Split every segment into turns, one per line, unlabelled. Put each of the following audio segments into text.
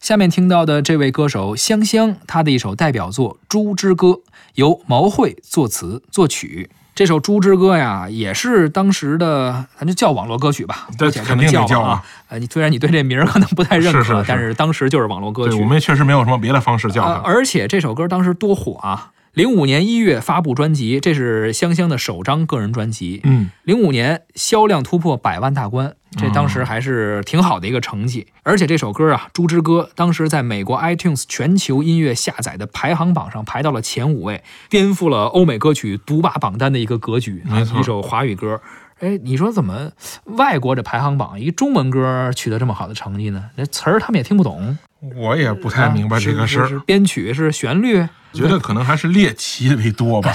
下面听到的这位歌手香香，她的一首代表作《猪之歌》，由毛慧作词作曲。这首《猪之歌》呀，也是当时的，咱就叫网络歌曲吧，
对
姑且这么
肯定得
吧
叫
啊
啊。
呃，你虽然你对这名儿可能不太认可，啊
是是是
但是当时就是网络歌
对
曲。
我们也确实没有什么别的方式叫
呃，
它。
而且这首歌当时多火啊！零五年一月发布专辑，这是香香的首张个人专辑。
嗯，
零五年销量突破百万大关，这当
哦
时还是挺好的一个成绩。而且这首歌啊，《猪之歌》当时在美国 iTunes 全球音乐下载的排行榜上排到了前五位，颠覆了欧美歌曲独霸榜单的一个格局啊
没！错
一首华语歌。哎，你说怎么外国这排行榜一中文歌取得这么好的成绩呢？那词儿他们也听不懂，啊
我也不太明白这个事
是
儿，
编曲是旋律，
觉得可能还是猎奇为 多吧。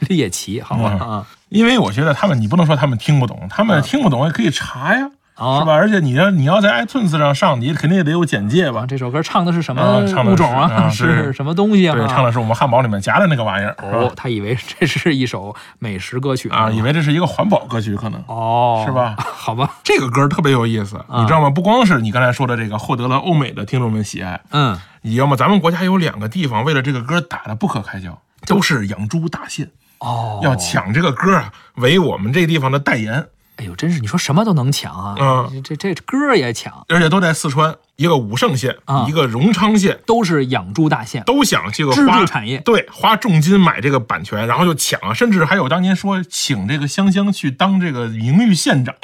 猎奇，好吧
嗯
啊
因为我觉得他们，你不能说他们听不懂，他们听不懂也可以查呀，
啊
是吧？而且你要你要在 iTunes 上上，你肯定也得有简介
啊！
吧？
这首歌唱的是什么
啊唱的
物种
是啊
是
对
什么东西啊？
对，唱的是我们汉堡里面夹的那个玩意儿，是吧
哦，他以为这是一首美食歌曲
啊，以为这是一个环保歌曲，可能
哦，
是 吧
好吧，
这个歌儿特别有意思，
啊
你知道吗？不光是你刚才说的这个获得了欧美的听众们喜爱，
嗯，
你要么咱们国家有两个地方为了这个歌打得不可开交，都是养猪大县，
哦，
要，抢这个歌啊为我们这地方的代言，
哎呦，真是你说什么都能抢啊，
嗯
这这这歌儿也抢，
而且都在四川，一个武胜县
啊，
一个荣昌县。
都是养猪大县，
都想这个
支柱
花
产业
对，花重金买这个版权，然后就抢，啊甚至还有当年说请这个香香去当这个名誉县长，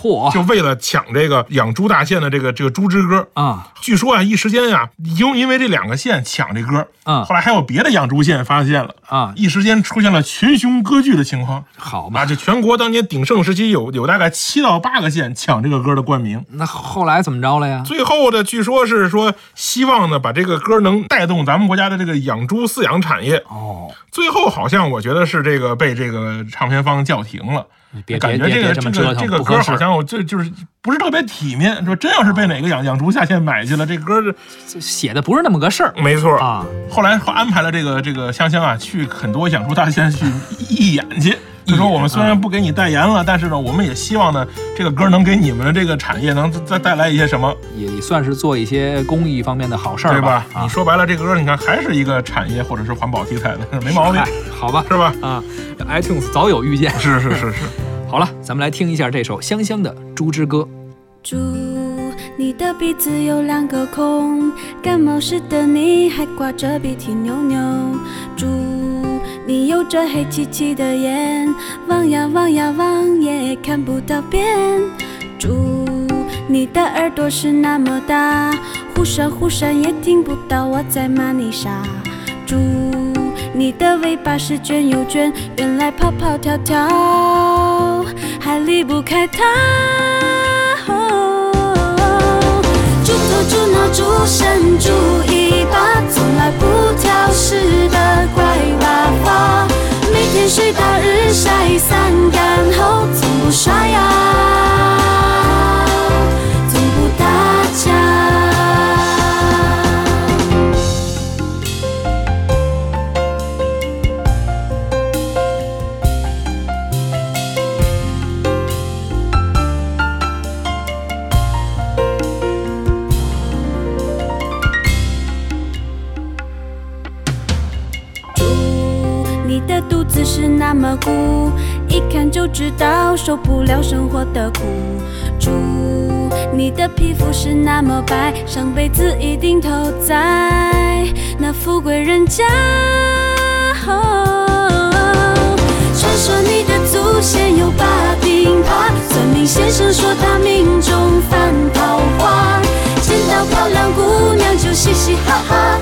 嚯
就为了抢这个养猪大县的这个这个猪之歌。
啊，
据说啊，一时间啊，因因为这两个县抢这歌，
嗯
后来还有别的养猪县发现了
啊
一时间出现了群雄割据的情况。
好嘛
啊，，这全国当年鼎盛时期有有大概七到八个县抢这个歌的冠名，
那后来怎么着了呀？
最后的据说是说希望呢把这个歌能带动咱们国家的这个养猪饲养产业。
哦，
最后好像我觉得是这个被这个唱片方叫停了。
别
感
别
觉
别
这
别
个
这么
这
折
个
腾，
这个
不
歌
合
好
适。
像我这就是不是特别体面，说真要是被哪个养养猪下线买去了，这歌是
这写的不是那么个事儿
没错儿。
啊，
后来安排了这个这个香香啊，去很多养猪大县去义演嗯去。就说我们虽然不给你代言了，但是呢，我们也希望呢，这个歌能给你们这个产业能再带来一些什么，
也也算是做一些公益方面的好事
对
儿
吧？
啊
你，说白了，这个歌你看还是一个产业或者是环保题材的，没毛病
哎，好吧
是吧？
啊，iTunes 早有预见。
是是是是。
好了，咱们来听一下这首香香的《猪之歌》。
猪，你的鼻子有两个孔，感冒时的你还挂着鼻涕牛牛。猪，你有着黑漆漆的眼，望呀望呀望也看不到边。猪，你的耳朵是那么大，忽闪忽闪也听不到我在骂你傻。猪，你的尾巴是卷又卷，原来跑跑跳跳还离不开它。哦猪头猪脑猪身猪尾巴，从来不挑食的乖娃娃，每天睡到日晒三竿后，从不刷牙，从不打架。猪，你的肚子是那么鼓，一看就知道受不了生活的苦。猪，你的皮肤是那么白，上辈子一定投在那富贵人家。哦传说你的祖先有把柄耙，算命先生说他命中犯桃花，见到漂亮姑娘就嘻嘻哈哈，